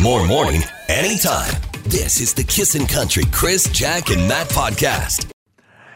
more morning, anytime. This is the Kissin' Country Chris, Jack, and Matt podcast.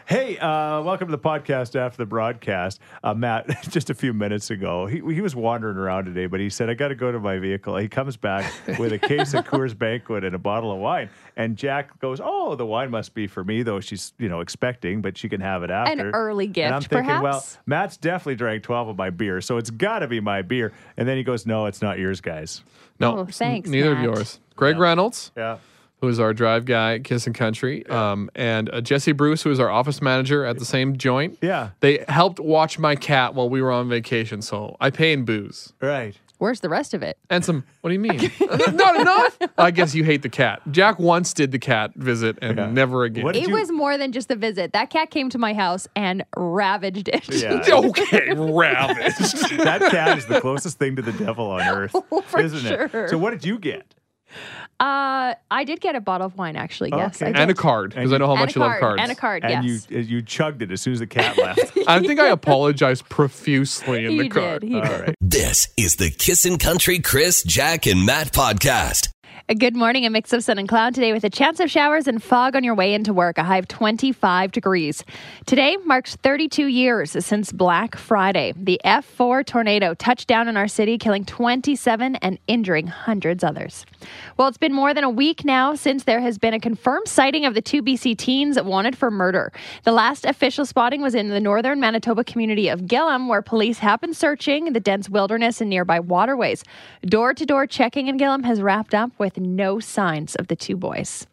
Hey, uh, welcome to the podcast after the broadcast. Uh, Matt, just a few minutes ago, he, he was wandering around today, but he said, I got to go to my vehicle. He comes back with a case of Coors Banquet and a bottle of wine. And Jack goes, Oh, the wine must be for me, though she's, you know, expecting, but she can have it after. early gift, And I'm thinking, well, perhaps? Matt's definitely drank 12 of my beer, so it's got to be my beer. And then he goes, No, it's not yours, guys. No, Oh, it's thanks, Neither Matt. of yours. Greg Reynolds, Yeah. who is our drive guy at Kiss and Country, um, and uh, Jesse Bruce, who is our office manager at the same joint. Yeah. They helped watch my cat while we were on vacation, so I pay in booze. Right. Where's the rest of it? And some, what do you mean? Not enough? I guess you hate the cat. Jack once did the cat visit and never again. What- Did it you- was more than just a visit. That cat came to my house and ravaged it. Yeah. okay, ravaged. that cat is the closest thing to the devil on earth, for isn't sure. it? So, what did you get? Uh, I did get a bottle of wine, actually. Yes. Okay. I did. And a card, because I know how And much a you love card, cards. And a card, and yes. you you chugged it as soon as the cat left. I think I apologized profusely in he the card. did. He did. This is the Kissin' Country Chris, Jack, and Matt podcast. Good morning. A mix of sun and cloud today with a chance of showers and fog on your way into work. A high of 25 degrees. Today marks 32 years since Black Friday. The F4 tornado touched down in our city, killing 27 and injuring hundreds others. Well, it's been more than a week now since there has been a confirmed sighting of the two BC teens wanted for murder. The last official spotting was in the northern Manitoba community of Gillam, where police have been searching the dense wilderness and nearby waterways. Door to door checking in Gillam has wrapped up with no signs of the two boys.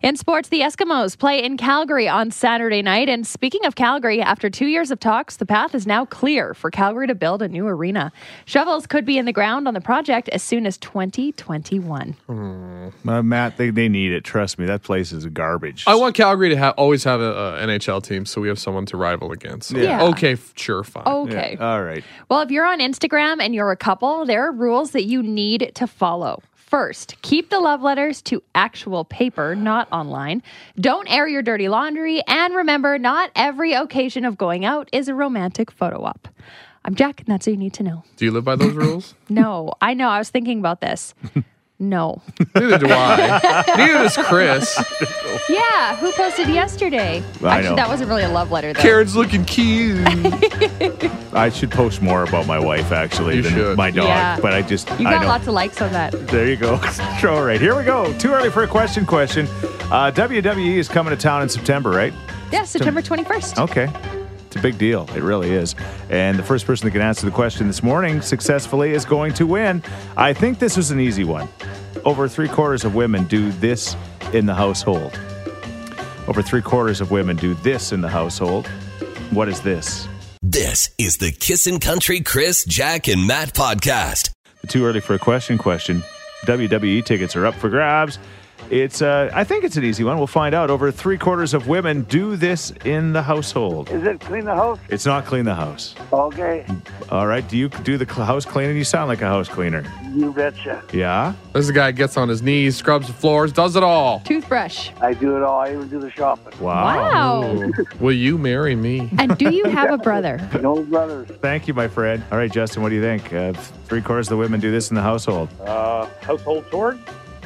In sports, the Eskimos play in Calgary on Saturday night. And speaking of Calgary, after two years of talks, the path is now clear for Calgary to build a new arena. Shovels could be in the ground on the project as soon as 2021. Uh, Matt, they, they need it. Trust me, that place is garbage. I want Calgary to ha- always have an NHL team so we have someone to rival against. Yeah. Okay, f- sure, fine. Okay. All right. Well, if you're on Instagram and you're a couple, there are rules that you need to follow. First, keep the love letters to actual paper, not online. Don't air your dirty laundry. And remember, not every occasion of going out is a romantic photo op. I'm Jack, and that's all you need to know. Do you live by those rules? No, I know. I was thinking about this. No. Neither do I. Neither does Chris. Yeah, who posted yesterday? I Actually, know. that wasn't really a love letter, though. Karen's looking cute. I should post more about my wife actually You than should. my dog. Yeah. But I just you I got don't. lots of likes on that. There you go. All right, here we go. Too early for a question. Question. Uh, WWE is coming to town in September, right? Yeah, September 21st. Okay. It's a big deal. It really is. And the first person that can answer the question this morning successfully is going to win. I think this is an easy one. Over three quarters of women do this in the household. Over three quarters of women do this in the household. What is this? This is the Kissin' Country Chris, Jack, and Matt podcast. The too early for a question question. WWE tickets are up for grabs. It's, uh, I think it's an easy one. We'll find out. Over three quarters of women do this in the household. Is it clean the house? It's not clean the house. Okay, All right. Do you do the cl- house cleaning? You sound like a house cleaner. you betcha. Yeah. There's a guy that gets on his knees, scrubs the floors, does it all. Toothbrush. I do it all. I even do the shopping. Wow. Will you marry me? And do you have a brother? No brothers. Thank you, my friend. All right, Justin, what do you think? Uh, three quarters of the women do this in the household. Uh, household chores,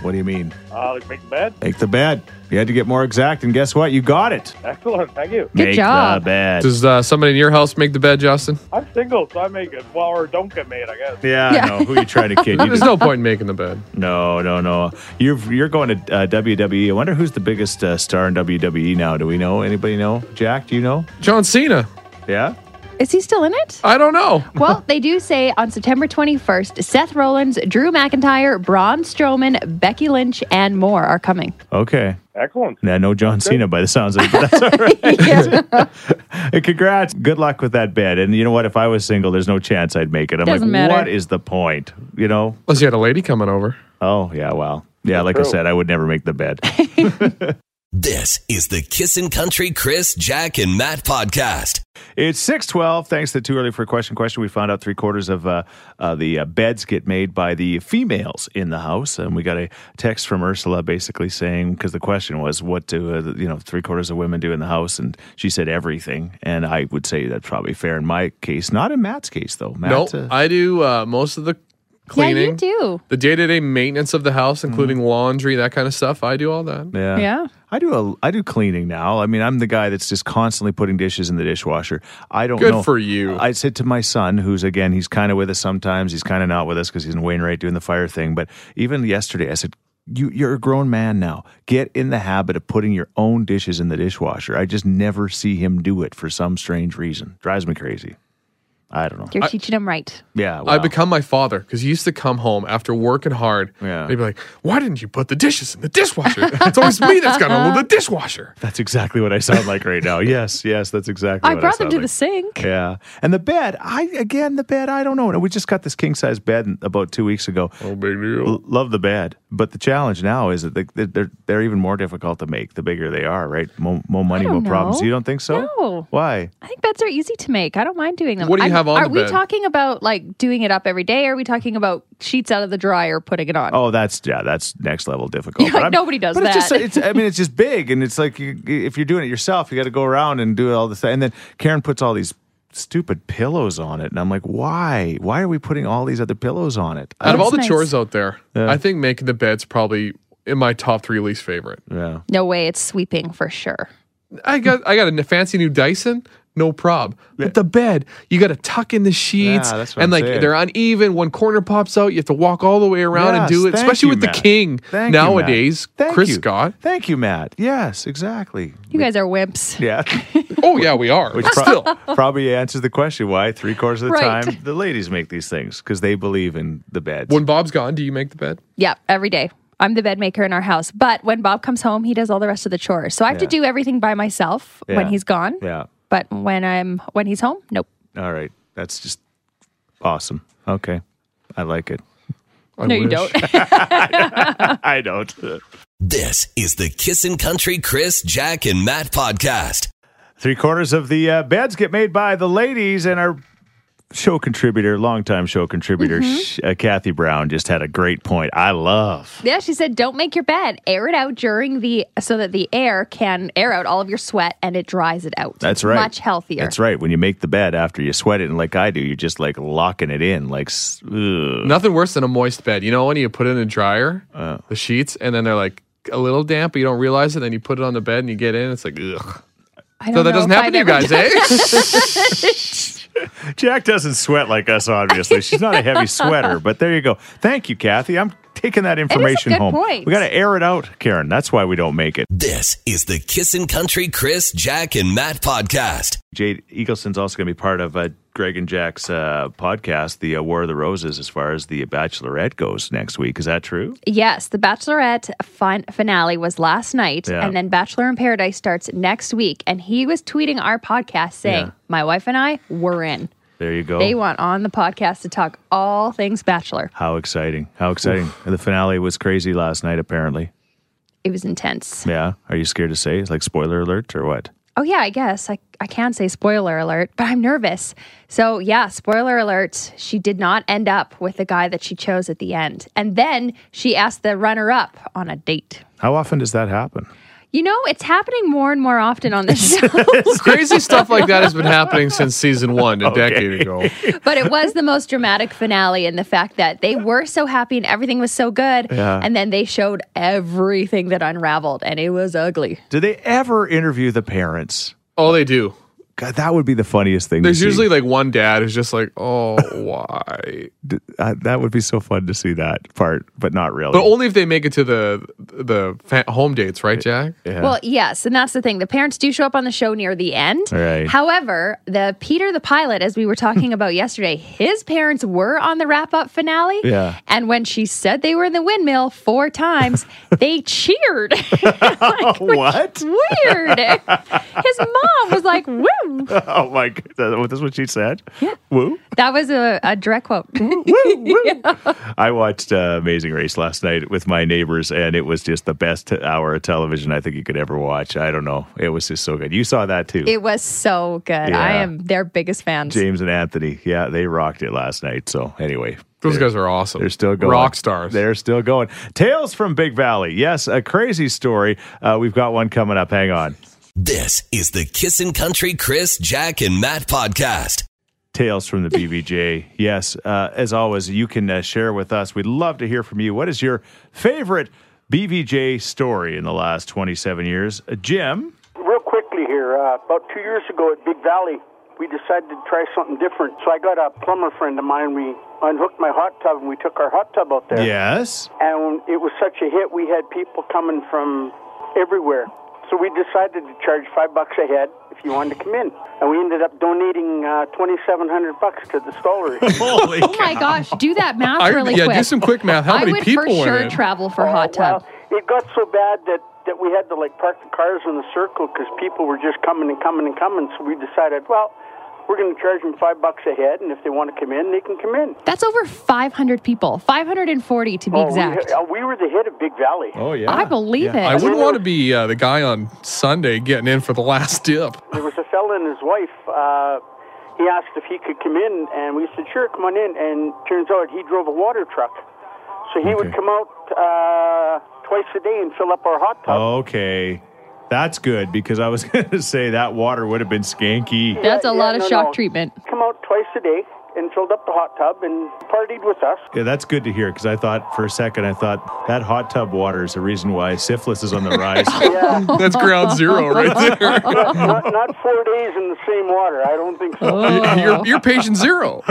What do you mean? uh, like make the bed. Make the bed. You had to get more exact, and guess what? You got it. Excellent, thank you. Good make job. the bed. Does uh, somebody in your house make the bed, Justin? I'm single, so I make it. Well, or don't get made, I guess. yeah, Yeah. no. Who you trying to kid? You There's just, no point in making the bed. no, no, no. You're you're going to uh, WWE. I wonder who's the biggest uh, star in WWE now. Do we know? Anybody know? Jack, do you know? John Cena. Yeah. Is he still in it? I don't know. Well, they do say on September 21st, Seth Rollins, Drew McIntyre, Braun Strowman, Becky Lynch, and more are coming. Okay. Excellent. Yeah, no John Cena by the sounds of it. But that's all right. Hey, congrats. Good luck with that bed. And you know what? If I was single, there's no chance I'd make it. I'm Doesn't like, matter. what is the point? You know? Unless you had a lady coming over. Oh, yeah, well. Yeah, like I True. said, I would never make the bed. This is the Kissin' Country Chris, Jack, and Matt podcast. it's 612. Thanks to Too Early for a Question question. We found out three quarters of uh, uh, the uh, beds get made by the females in the house. And we got a text from Ursula basically saying, because the question was, what do, uh, you know, three quarters of women do in the house? And she said everything. And I would say that's probably fair in my case. Not in Matt's case, though. Matt, No, uh, I do uh, most of the cleaning. Yeah, you do. The day to day maintenance of the house, including laundry, that kind of stuff. I do all that. Yeah. Yeah. I do a I do cleaning now. I mean, I'm the guy that's just constantly putting dishes in the dishwasher. I don't Good know. for you. I said to my son, who's again, he's kind of with us sometimes, he's kind of not with us because he's in Wainwright doing the fire thing, but even yesterday I said you, you're a grown man now. Get in the habit of putting your own dishes in the dishwasher. I just never see him do it for some strange reason. Drives me crazy. I don't know. You're teaching him right. yeah, I wow. become my father because he used to come home after working hard. Yeah. He'd be like, Why didn't you put the dishes in the dishwasher? it's always me that's got to load the dishwasher. That's exactly what I sound like right now. Yes, yes, that's exactly. I what brought them sound to like. the sink. Yeah, and the bed. I again, the bed. I don't know. We just got this king size bed about two weeks ago. No big deal. L- Love the bed, but the challenge now is that they- they're they're, they're even more difficult to make. The bigger they are, right? More, more money, don't more problems. know. You don't think so? No. Why? I think beds are easy to make. I don't mind doing them. What do you I'm- have on Are the we bed? talking about like doing it up every day? Or are we talking about sheets out of the dryer, putting it on? Oh, that's yeah, that's next level difficult. Yeah, But I'm- nobody does but It's just, that. it's, I mean, it's just big, and it's like you, if you're doing it yourself, you got to go around and do all this. And then Karen puts all these stupid pillows on it, and I'm like, why? Why are we putting all these other pillows on it? I Out of don't- all the nice. chores out there, I think making the bed's probably in my top three least favorite. yeah. No way, it's sweeping for sure. I got I got a fancy new Dyson, no prob. But the bed, you got to tuck in the sheets, Yeah, that's what and I'm like saying. they're uneven. One corner pops out, you have to walk all the way around Yes, and do it. thank Especially you, with Matt. the king Thank you, Matt. nowadays, Thank Chris you. Scott. Thank you, Matt. Yes, exactly. You guys are wimps. Yeah, Oh yeah, we are. which But pro- still, probably answers the question why three quarters of the Right. time the ladies make these things because they believe in the beds. when Bob's gone, do you make the bed? Yeah, every day. I'm the bed maker in our house. But when Bob comes home, he does all the rest of the chores. So I have to do everything by myself when Yeah. he's gone. yeah. But when I'm when he's home, nope. All right. That's just awesome. Okay. I like it. I no, you wish. don't. I don't. This is the Kissin' Country Chris, Jack, and Matt podcast. Three quarters of the uh, beds get made by the ladies, and our show contributor, longtime show contributor, Sh uh, Kathy Brown, just had a great point. I love. yeah, she said, don't make your bed. Air it out during the so that the air can air out all of your sweat and it dries it out. That's right. Much healthier. That's right. When you make the bed after you sweat it, and like I do, you're just like locking it in, like s- ugh. Nothing worse than a moist bed. You know when you put it in a dryer, Uh. the sheets, and then they're like a little damp, but you don't realize it. Then you put it on the bed and you get in. It's like ugh. I don't So that know doesn't if happen to you I've ever guys, done- eh? Jack doesn't sweat like us, obviously. She's not a heavy sweater, but there you go. Thank you, Kathy. I'm taking that information good home. point. We got to air it out, Karen. That's why we don't make it. This is the Kissin' Country Chris, Jack, and Matt podcast. Jade Eagleston's also going to be part of uh, Greg and Jack's uh, podcast, The uh, War of the Roses, as far as The Bachelorette goes next week. Is that true? Yes, the Bachelorette fin- finale was last night, Yeah. and then Bachelor in Paradise starts next week. And he was tweeting our podcast saying, "My wife and I were in. There you go. They want on the podcast to talk all things Bachelor. How exciting. How exciting. And the finale was crazy last night, apparently. It was intense. Yeah. Are you scared to say? It's like spoiler alert or what? Oh yeah, I guess I I can say spoiler alert, but I'm nervous. So yeah, spoiler alert. She did not end up with the guy that she chose at the end, and then she asked the runner up on a date. How often does that happen? You know, it's happening more and more often on this show. Crazy stuff like that has been happening since season one, a decade ago. but it was the most dramatic finale in the fact that they were so happy and everything was so good and then they showed everything that unraveled and it was ugly Do they ever interview the parents? Oh, they do. God, that would be the funniest thing. to There's see. usually like one dad who's just like, oh, why? Uh, that would be so fun to see that part, but not really. But only if they make it to the the fa- home dates, right, Jack? well yes and that's the thing the parents do show up on the show near the end Right. however the peter the pilot as we were talking about yesterday his parents were on the wrap-up finale Yeah. and when she said they were in the windmill four times they cheered what? weird his mom was like woo Oh my god! That's what she said. Yeah. Woo. that was a, a direct quote I watched uh, Amazing Race last night with my neighbors, and it was just the best hour of television I think you could ever watch. I don't know. It was just so good. You saw that too. It was so good. I Yeah. am their biggest fans. James and Anthony. Yeah, they rocked it last night. So anyway. Those guys are awesome. They're still going. Rock stars. They're still going. Tales from Big Valley. Yes, a crazy story. Uh, we've got one coming up. Hang on. This is the Kissin' Country Chris, Jack, and Matt podcast. Tales from the BBJ. yes, uh, as always, you can uh, share with us. We'd love to hear from you. What is your favorite BBJ story in the last 27 years? Uh, Jim? Real quickly here, uh, about two years ago at Big Valley, we decided to try something different. So I got a plumber friend of mine. We unhooked my hot tub and we took our hot tub out there. Yes. And it was such a hit, we had people coming from everywhere. So we decided to charge five bucks a head if you wanted to come in. And we ended up donating uh, 2,700 bucks to the stallery. Holy Oh my gosh, do that math I- really yeah, quick. do some quick math. How I many would people for went sure in? travel for Oh, hot tub. Well, it got so bad that, that we had to like park the cars in the circle because people were just coming and coming and coming. So we decided, well, we're going to charge them five bucks a head, and if they want to come in, they can come in. That's over 500 people, 540 to be Oh, exact. We, uh, we were the hit of Big Valley. Oh, yeah. I believe I it. wouldn't want to be uh, the guy on Sunday getting in for the last dip. There was a fella and his wife. Uh, he asked if he could come in, and we said, sure, come on in. And turns out he drove a water truck. So he would Okay. come out uh, twice a day and fill up our hot tub. Oh. Okay. That's good because I was going to say that water would have been skanky. That's a Yeah, lot yeah, of no, shock no. treatment. Come out twice a day and filled up the hot tub and partied with us. Yeah, that's good to hear because I thought for a second, I thought that hot tub water is the reason why syphilis is on the rise. Yeah. That's ground zero right there. not, not four days in the same water. I don't think so. You're, you're patient zero.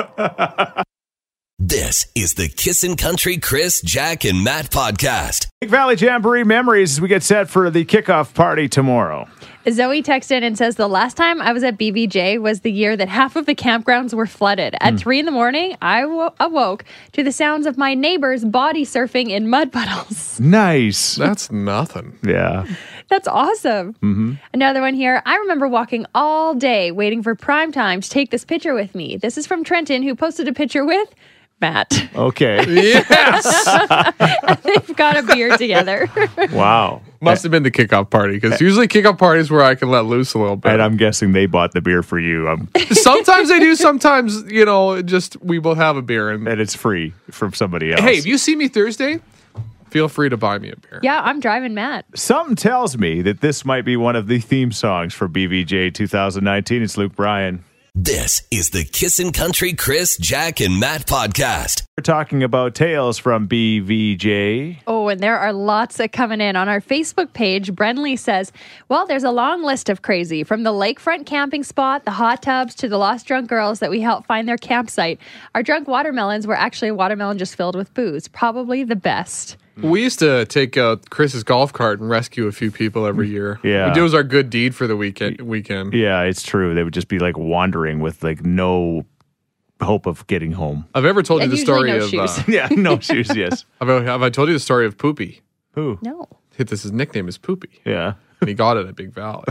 This is the Kissin' Country Chris, Jack, and Matt podcast. Big Valley Jamboree memories as we get set for the kickoff party tomorrow. Zoe texted in and says, The last time I was at BBJ was the year that half of the campgrounds were flooded. At three in the morning, I wo- awoke to the sounds of my neighbors body surfing in mud puddles. Nice. That's nothing. Yeah. That's awesome. Another one here. I remember walking all day waiting for prime time to take this picture with me. This is from Trenton, who posted a picture with Matt. Okay. Yes. They've got a beer together. wow. Must have been the kickoff party because usually kickoff parties where I can let loose a little And bit. I'm guessing they bought the beer for you, um, Sometimes they do. Sometimes you know, just we both have a beer. And and it's free from somebody else. hey, if you see me Thursday, feel free to buy me a beer. yeah, I'm driving Matt. Something tells me that this might be one of the theme songs for BBJ 2019. It's Luke Bryan. This is the Kissin' Country Chris, Jack, and Matt podcast. We're talking about tales from BVJ. Oh, and there are lots that coming in. On our Facebook page, Brenly says, Well, there's a long list of crazy from the lakefront camping spot, the hot tubs, to the lost drunk girls that we helped find their campsite. Our drunk watermelons were actually a watermelon just filled with booze. Probably the best. We used to take out Chris's golf cart and rescue a few people every year. Yeah. it was our good deed for the weekend. Weekend. Yeah, it's true. They would just be like wandering with like no hope of getting home. I've ever told And you the usually story no of. shoes. Uh, Yeah, no shoes. Yes. have, I, have I told you the story of Poopy? Who? No. Hit this. His nickname is Poopy, Yeah. and he got it at Big Valley.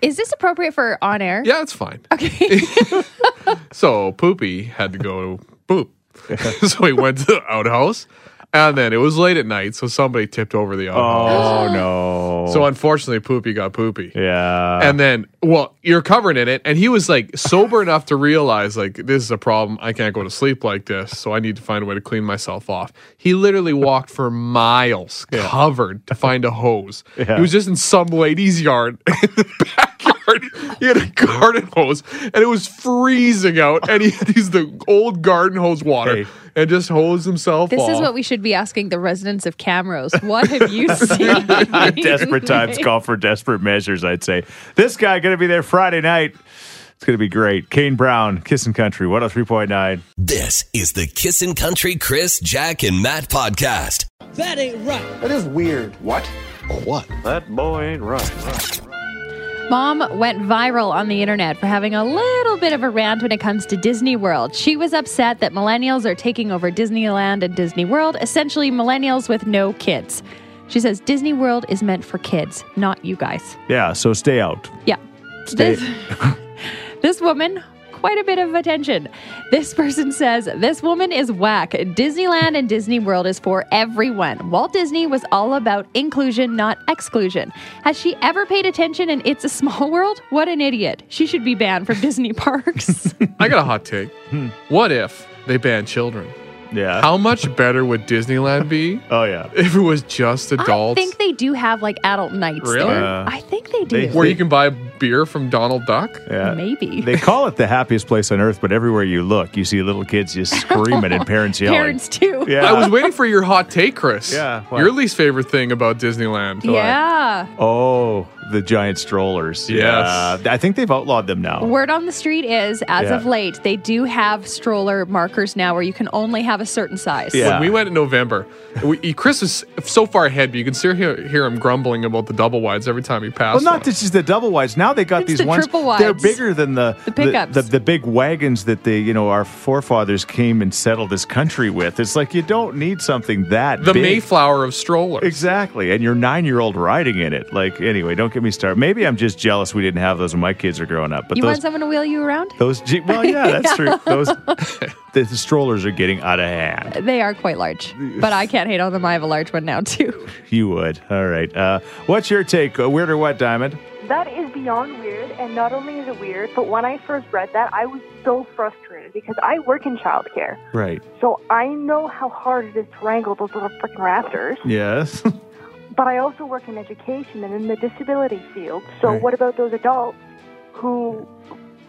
Is this appropriate for on air? Yeah, it's fine. Okay. So Poopy had to go poop. so he went to the outhouse. And then it was late at night, so somebody tipped over the outhouse. Oh no. So unfortunately, Poopy got Poopy. yeah. And then, well, you're covered in it. And he was like sober enough to realize, like, this is a problem. I can't go to sleep like this. So I need to find a way to clean myself off. He literally walked for miles covered to find a hose. He was just in some lady's yard in the backyard. He had a garden hose and it was freezing out. And he had these the old garden hose water Hey. and just hosed himself This off. is what we should be asking the residents of Camrose. What have you seen? desperate times call for desperate measures. I'd say this guy going to be there Friday night. It's going to be great. Kane Brown, Kissin' Country, 103.9. This is the Kissin' Country Chris, Jack, and Matt podcast. That boy ain't right. Mom went viral on the internet for having a little bit of a rant when it comes to Disney World. She was upset that millennials are taking over Disneyland and Disney World, essentially, millennials with no kids. She says Disney World is meant for kids, not you guys. Yeah. So stay out. Yeah. Stay- This, this woman, quite a bit of attention. This person says, This woman is whack. Disneyland and Disney World is for everyone. Walt Disney was all about inclusion, not exclusion. Has she ever paid attention and it's a small world? What an idiot. She should be banned from Disney parks. I got a hot take. What if they ban children? Yeah. How much better would Disneyland be oh yeah. if it was just adults? I think they do have like adult nights. Really? There. Yeah. I think they They- do. where you can buy beer from Donald Duck? Yeah. Maybe. They call it the happiest place on earth, but everywhere you look, you see little kids just screaming and parents yelling. Parents too. Yeah. I was waiting for your hot take, Chris. Yeah, what? Your least favorite thing about Disneyland. Yeah. oh, the giant strollers. Yes. Yeah. I think they've outlawed them now. Word on the street is, as Yeah. of late, they do have stroller markers now where you can only have a certain size. Yeah. When we went in November, we, Chris was so far ahead, but you can still hear, hear him grumbling about the double wides every time he passed. well, not one. this is the double wides. Now they got It's these the ones. triple They're wides. bigger than the The pickups. The, the, big wagons that they, you know, our forefathers came and settled this country with. It's like you don't need something that the big. Mayflower of strollers. Exactly, and your nine-year-old riding in it. Like, anyway, don't get me started. Maybe I'm just jealous we didn't have those when my kids are growing up. But you those, want someone to wheel you around? Those, Jeep, well, yeah, that's true. Those, the strollers are getting out of hand. They are quite large, but I can't hate on them. I have a large one now too. You would. All right. Uh, what's your take? Uh, Weird or what, Diamond? That is beyond weird, and not only is it weird, but when I first read that, I was so frustrated because I work in childcare, Right. so I know how hard it is to wrangle those little freaking raptors. Yes. But I also work in education and in the disability field, so Right. what about those adults who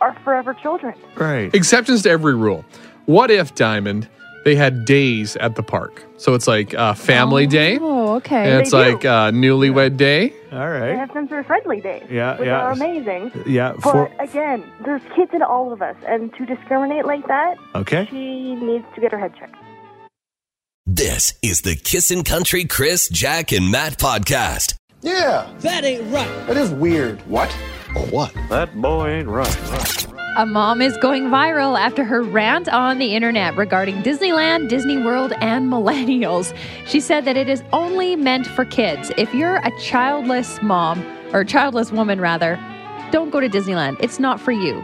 are forever children? right. Exceptions to every rule. What if, Diamond, they had days at the park? So it's like uh, family day, Oh, okay. and it's They do. like uh, newlewed day. All They right. have sensory friendly days, Yeah, which yeah. are amazing. Yeah. But For, again, there's kids in all of us, and to discriminate like that, okay. she needs to get her head checked. This is the Kissin' Country Chris, Jack, and Matt podcast. Yeah, That ain't right. that is weird. What? What? A mom is going viral after her rant on the internet regarding Disneyland, Disney World, and millennials. She said that it is only meant for kids. If you're a childless mom, or childless woman rather, don't go to Disneyland. It's not for you.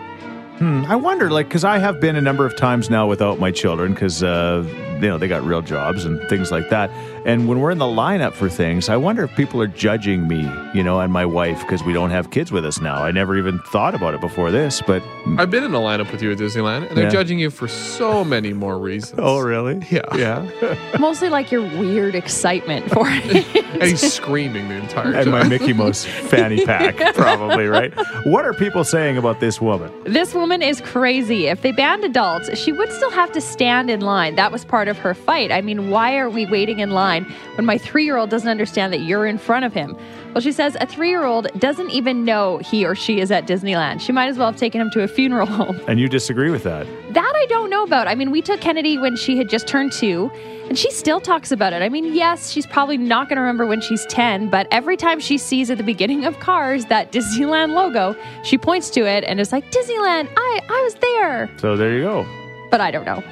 Hmm, I wonder, like, because I have been a number of times now without my children because, uh, you know, they got real jobs and things like that. And when we're in the lineup for things, I wonder if people are judging me, you know, and my wife because we don't have kids with us now. I never even thought about it before this, but. I've been in a lineup with you at Disneyland, and they're Yeah. Oh, judging you for so many more reasons. really? Yeah. Yeah. Mostly like your weird excitement for it. And he's screaming the entire and time. my Mickey Mouse fanny pack, probably, right? What are people saying about this woman? This woman is crazy. If they banned adults, she would still have to stand in line. That was part of her fight. I mean, why are we waiting in line when my three year old doesn't understand that you're in front of him? Well, she says a three year old doesn't even know he or she is at Disneyland. She might as well have taken him to a funeral home. And you disagree with that? That I don't know about. I mean, we took Kennedy when she had just turned two, and she still talks about it. I mean, yes, she's probably not going to remember when she's 10, but every time she sees at the beginning of Cars that Disneyland logo, she points to it and is like, Disneyland, I, I was there. So there you go. But I don't know.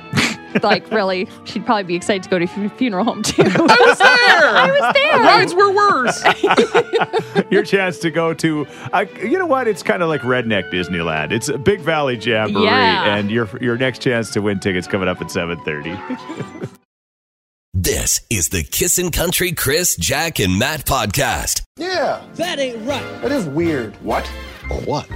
like, really, she'd probably be excited to go to fu- funeral home too. was there. I was there. Rides were worse. Your chance to go to, uh, you know what? It's kind of like Redneck Disneyland. It's a Big Valley Jamboree, Yeah. and your your next chance to win tickets coming up at seven thirty. This is the Kissin' Country Chris, Jack, and Matt podcast. Yeah, That ain't right. that is weird. What? What?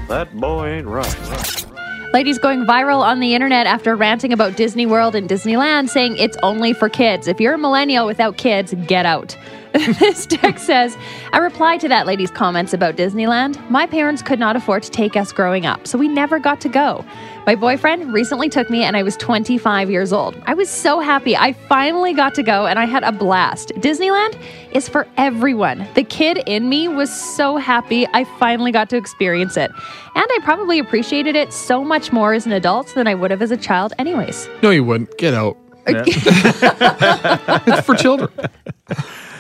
Ladies going viral on the internet after ranting about Disney World and Disneyland, saying it's only for kids. If you're a millennial without kids, get out. this text says, I replied to that lady's comments about Disneyland. My parents could not afford to take us growing up, so we never got to go. My boyfriend recently took me, and I was 25 years old. I was so happy. I finally got to go, and I had a blast. Disneyland is for everyone. The kid in me was so happy I finally got to experience it. And I probably appreciated it so much more as an adult than I would have as a child, anyways. No, you wouldn't. Get out. it's for children.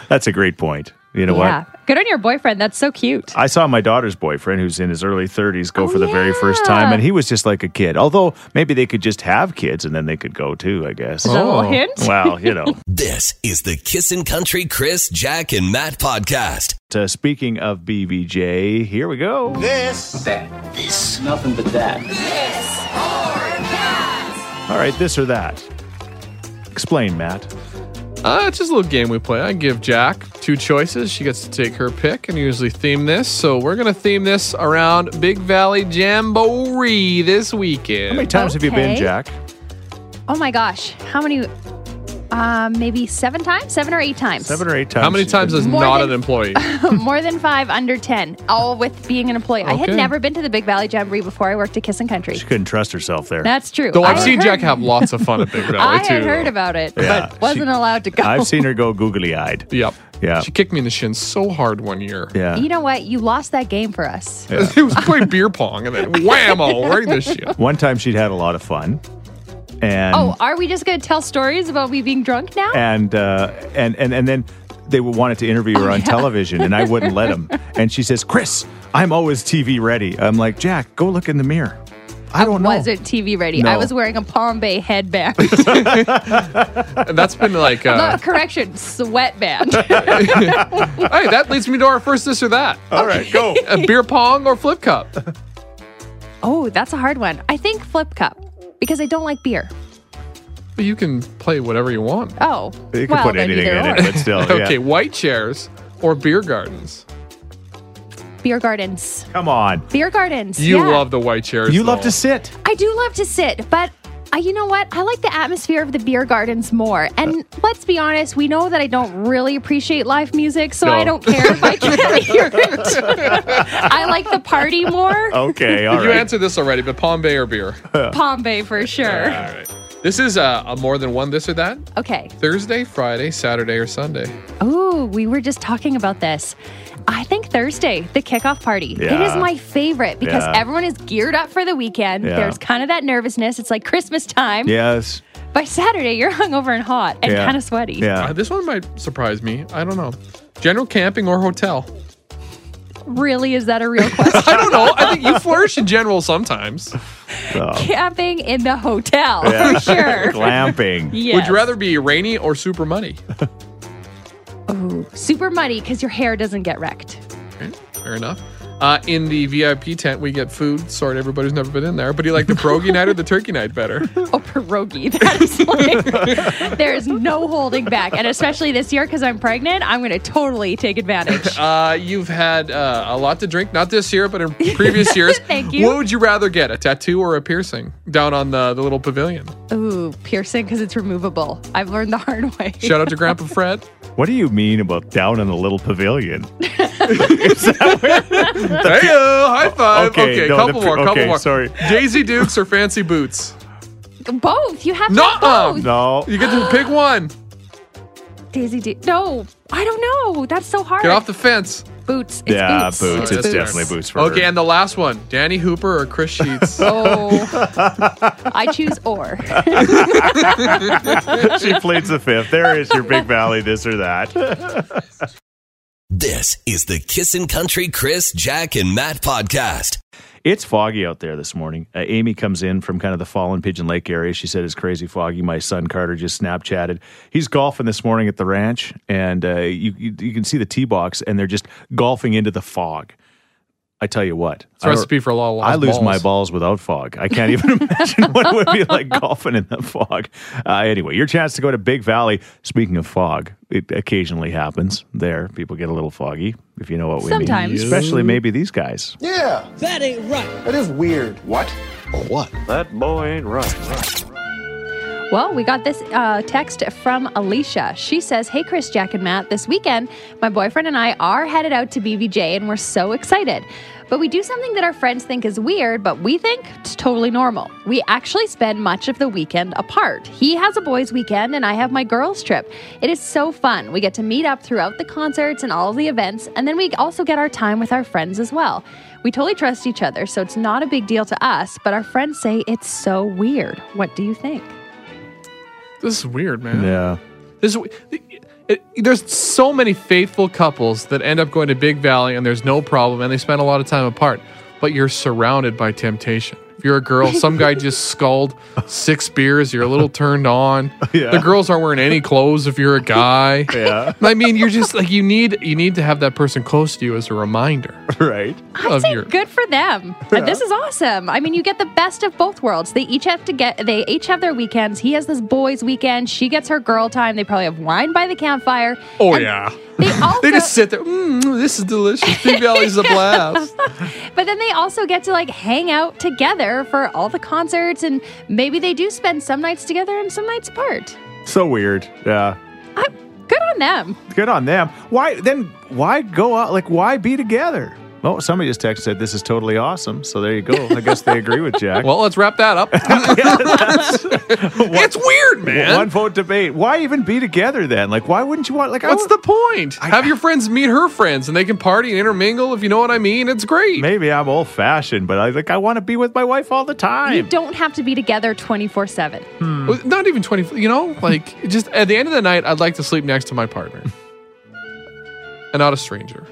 That's a great point. You know yeah. what? Good on your boyfriend. That's so cute. I saw my daughter's boyfriend, who's in his early 30s, go Oh, for the very first yeah. time, and he was just like a kid. Although maybe they could just have kids and then they could go too, I guess. Is that a little Oh. hint? Well, you know. This is the Kissin' Country Chris, Jack, and Matt podcast. Uh, speaking of BBJ, here we go. Nothing but that. All right, this or that. Explain, Matt. Uh, it's just a little game we play. I give Jack two choices. She gets to take her pick and usually theme this. So we're going to theme this around Big Valley Jamboree this How many weekend. times have you been, Okay. Jack? Oh my gosh. How many? Um, maybe seven times, seven or eight times. Seven or eight times. How many times is More not than- Oh, an employee? More than five, under ten. All with being an employee. I had Okay. never been to the Big Valley Jamboree before I worked at Kiss and Country. She couldn't trust herself there. That's true. Though I I've had seen heard- Jack have lots of fun at Big Valley I too. had heard though. about it, Yeah, but wasn't she- allowed to go. I've seen her go googly eyed. Yep. Yeah. She kicked me in the shin so hard one year. Yeah. You know what? You lost that game for us. it was playing beer pong and then whammo, right this shit. One time she'd had a lot of fun. And Oh, are we just going to tell stories about me being drunk now? and uh, and and and then they wanted to interview Oh, her on television, and I wouldn't let them. And she says, "Chris, I'm always TV ready." I'm like, "Jack, go look in the mirror." Uh, I don't know. Wasn't TV ready. No. I was wearing a Palm Bay headband. And that's been like, uh, Not correction, sweatband. hey, that leads me to our first this or that. All right, go. A beer pong or flip cup? oh, that's a hard one. I think flip cup because I don't like beer. But you can play whatever you want. Oh, You can well, put then anything either in or. it, but still, Okay, Oh, yeah. white chairs or beer gardens. Beer gardens. Come on, Beer gardens. You yeah. love the white chairs. you love though. to sit. I do love to sit, but I, you know what? I like the atmosphere of the beer gardens more. And let's be honest, we know that I don't really appreciate live music, so No. I don't care if I can't hear it. I like the party more. Okay, all right. You answered this already, but Palm Bay or beer? Oh. Palm Bay for sure. All right. This is uh, a more than one this or that. Okay. Thursday, Friday, Saturday, or Sunday. Ooh, we were just talking about this. I think Thursday, the kickoff party. It is Yeah. my favorite because Yeah. everyone is geared up for the weekend. Yeah. There's kind of that nervousness. It's like Christmas time. Yes. By Saturday, you're hungover and hot and Yeah. kind of sweaty. Uh, Yeah. this one might surprise me. I don't know. General camping or hotel? Really, is that a real question? I don't know. I think you flourish in general sometimes. Camping in the hotel for sure. Glamping. Yes. Would you rather be rainy or super muddy? super muddy because your hair doesn't get wrecked? Okay, Fair enough. Uh, in the VIP tent, we get food. Sorry to everybody who's never been in there, but do you like the pierogi night or the turkey night better? Oh, pierogi. That is like, there is no holding back. And especially this year because I'm pregnant, I'm going to totally take advantage. Uh, you've had uh, a lot to drink, not this year, but in previous years. Thank you. What would you rather get, a tattoo or a piercing down on the, the little pavilion? Ooh, piercing because it's removable. I've learned the hard way. Shout out to Grandpa Fred. What do you mean about down in the little pavilion? hey, high five. Okay, Okay, no, the couple pre- more, couple okay, more. sorry. Daisy Dukes or fancy boots? both. You have to No, have both. No. You get to pick one. Daisy D. No, I don't know. That's so hard. Get off the fence. boots. It's Yeah, boots. boots. It's, It's boots. definitely boots for Okay, her. and the last one Danny Hooper or Chris Sheets? Oh, I choose or. she pleads the fifth. There is your big valley, this or that. This is the Kissin' Country Chris, Jack, and Matt podcast. It's foggy out there this morning. Uh, Amy comes in from kind of the Fallen Pigeon Lake area. She said it's crazy foggy. My son Carter just Snapchatted. He's golfing this morning at the ranch, and uh, you, you you can see the tee box, and they're just golfing into the fog. I tell you what, It's a I don't- recipe for a lot of lost I lose balls. my balls without fog. I can't even imagine what it would be like golfing in the fog. Uh, anyway, your chance to go to Big Valley. Speaking of fog, it occasionally happens there. People get a little foggy, if you know what we mean. Sometimes. Especially maybe these guys. Yeah. That ain't right. That is weird. What? What? Well, we got this uh, text from Alicia. She says, Hey, Chris, Jack, and Matt, this weekend, my boyfriend and I are headed out to BBJ and we're so excited. But we do something that our friends think is weird, but we think it's totally normal. We actually spend much of the weekend apart. He has a boys' weekend and I have my girls' trip. It is so fun. We get to meet up throughout the concerts and all of the events, and then we also get our time with our friends as well. We totally trust each other, so it's not a big deal to us, but our friends say it's so weird. What do you think? This is weird, man. Yeah. This is, it, there's so many faithful couples that end up going to Big Valley and there's no problem and they spend a lot of time apart, but you're surrounded by temptation. If you're a girl, some guy just sculled six beers, you're a little turned on. Yeah. The girls aren't wearing any clothes if you're a guy. Yeah. I mean, you're just like you need you need to have that person close to you as a reminder Right. of I'd say your good for them. Uh, This is awesome. I mean, you get the best of both worlds. They each have to get. They each have their weekends. He has this boys' weekend. She gets her girl time. They probably have wine by the campfire. Oh yeah. They also. They just sit there. Mm, this is delicious. Big Valley's a blast. but then they also get to like hang out together for all the concerts, and maybe they do spend some nights together and some nights apart. So weird. Yeah. Good on them. Good on them. Why then? Why go out? Like why be together? Oh, somebody just texted said this is totally awesome. So there you go. I guess they agree with Jack. Well, let's wrap that up. it's weird, man. One vote debate. Why even be together then? Like, why wouldn't you want? Like, I What's would- the point? Have your friends meet her friends and they can party and intermingle if you know what I mean. It's great. Maybe I'm old fashioned, but I like I want to be with my wife all the You time. don't have to be together 24 7. Well, Not even 20, you know, like it just at the end of the night, I'd like to sleep next to my partner and not a stranger.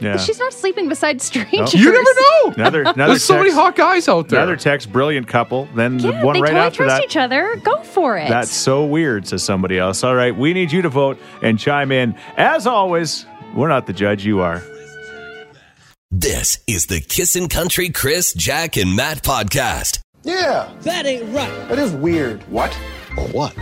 Yeah. She's not sleeping beside strangers. You never know. Another another There's so many text- hot guys out there. Another text, brilliant couple. Then the Yeah, one they right totally after trust that. each other. Go for it. That's so weird, says somebody else. All right, we need you to vote and chime in. As always, we're not the judge, you are. This is the Kissin' Country Chris, Jack, and Matt podcast. Yeah, That ain't right. that is weird. What? What?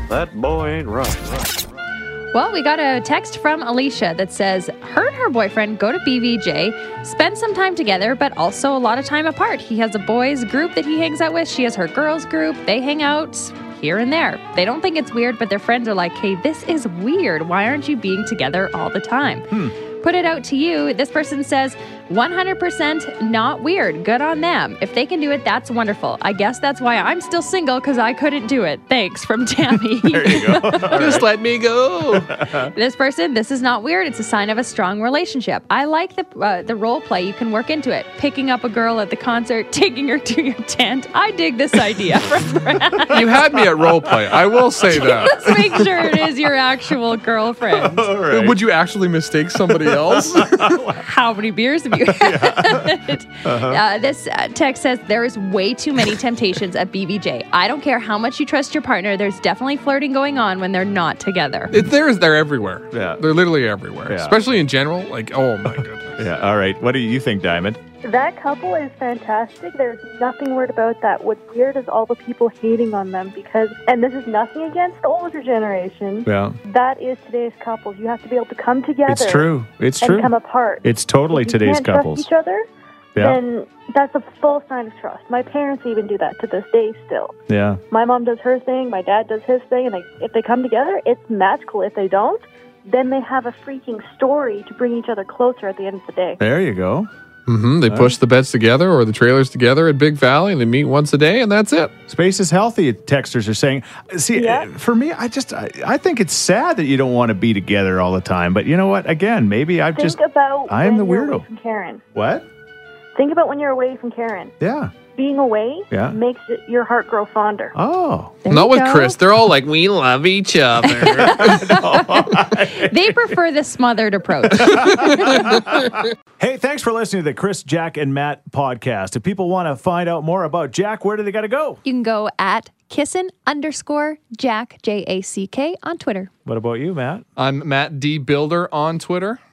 Well, we got a text from Alicia that says, Her and her boyfriend go to BVJ, spend some time together, but also a lot of time apart. He has a boys' group that he hangs out with, she has her girls' group. They hang out here and there. They don't think it's weird, but their friends are like, Hey, this is weird. Why aren't you being together all the time? Put it out to you. This person says, 100% not weird. Good on them. If they can do it, that's wonderful. I guess that's why I'm still single because I couldn't do it. Thanks from Tammy. just let me go. This person, this is not weird. It's a sign of a strong relationship. I like the uh, the role play. You can work into it. Picking up a girl at the concert, taking her to your tent. I dig this idea. you had me at role play. I will say that. Let's make sure it is your actual girlfriend. Would you actually mistake somebody else? How many beers have you had? uh, this uh, text says there is way too many temptations at BBJ. I don't care how much you trust your partner. There's definitely flirting going on when they're not together. it, there is, they're everywhere. Yeah. They're literally everywhere, Yeah. especially in general. Like, oh my goodness. Yeah, all right. What do you think, Diamond? That couple is fantastic. There's nothing weird about that. What's weird is all the people hating on them because, and this is nothing against the older generation. Yeah. That is today's couples. You have to be able to come together. It's true. It's and true. come apart. It's totally If you today's can't trust couples. each other, Yeah. then that's a full sign of trust. My parents even do that to this day still. Yeah. My mom does her thing, my dad does his thing, and they, if they come together, it's magical. If they don't, then they have a freaking story to bring each other closer at the end of the day. There you go. hmm They push the beds together or the trailers together at Big Valley and they meet once a day and that's it. Space is healthy, texters are saying. See, Yeah. uh, for me, I just, I, I think it's sad that you don't want to be together all the time. But you know what? Again, maybe I've Think just, about I am when the you're away weirdo. from Karen. what? Think about when you're away from Karen. Yeah. Being away Yeah. makes it, your heart grow fonder. Oh. There Not you with go. Chris. They're all like, we love each other. They prefer the smothered approach. Hey, thanks for listening to the Chris, Jack, and Matt podcast. If people want to find out more about Jack, where do they got to go? You can go at kissin underscore Jack, J A C K, on Twitter. What about you, Matt? I'm Matt D. Builder on Twitter.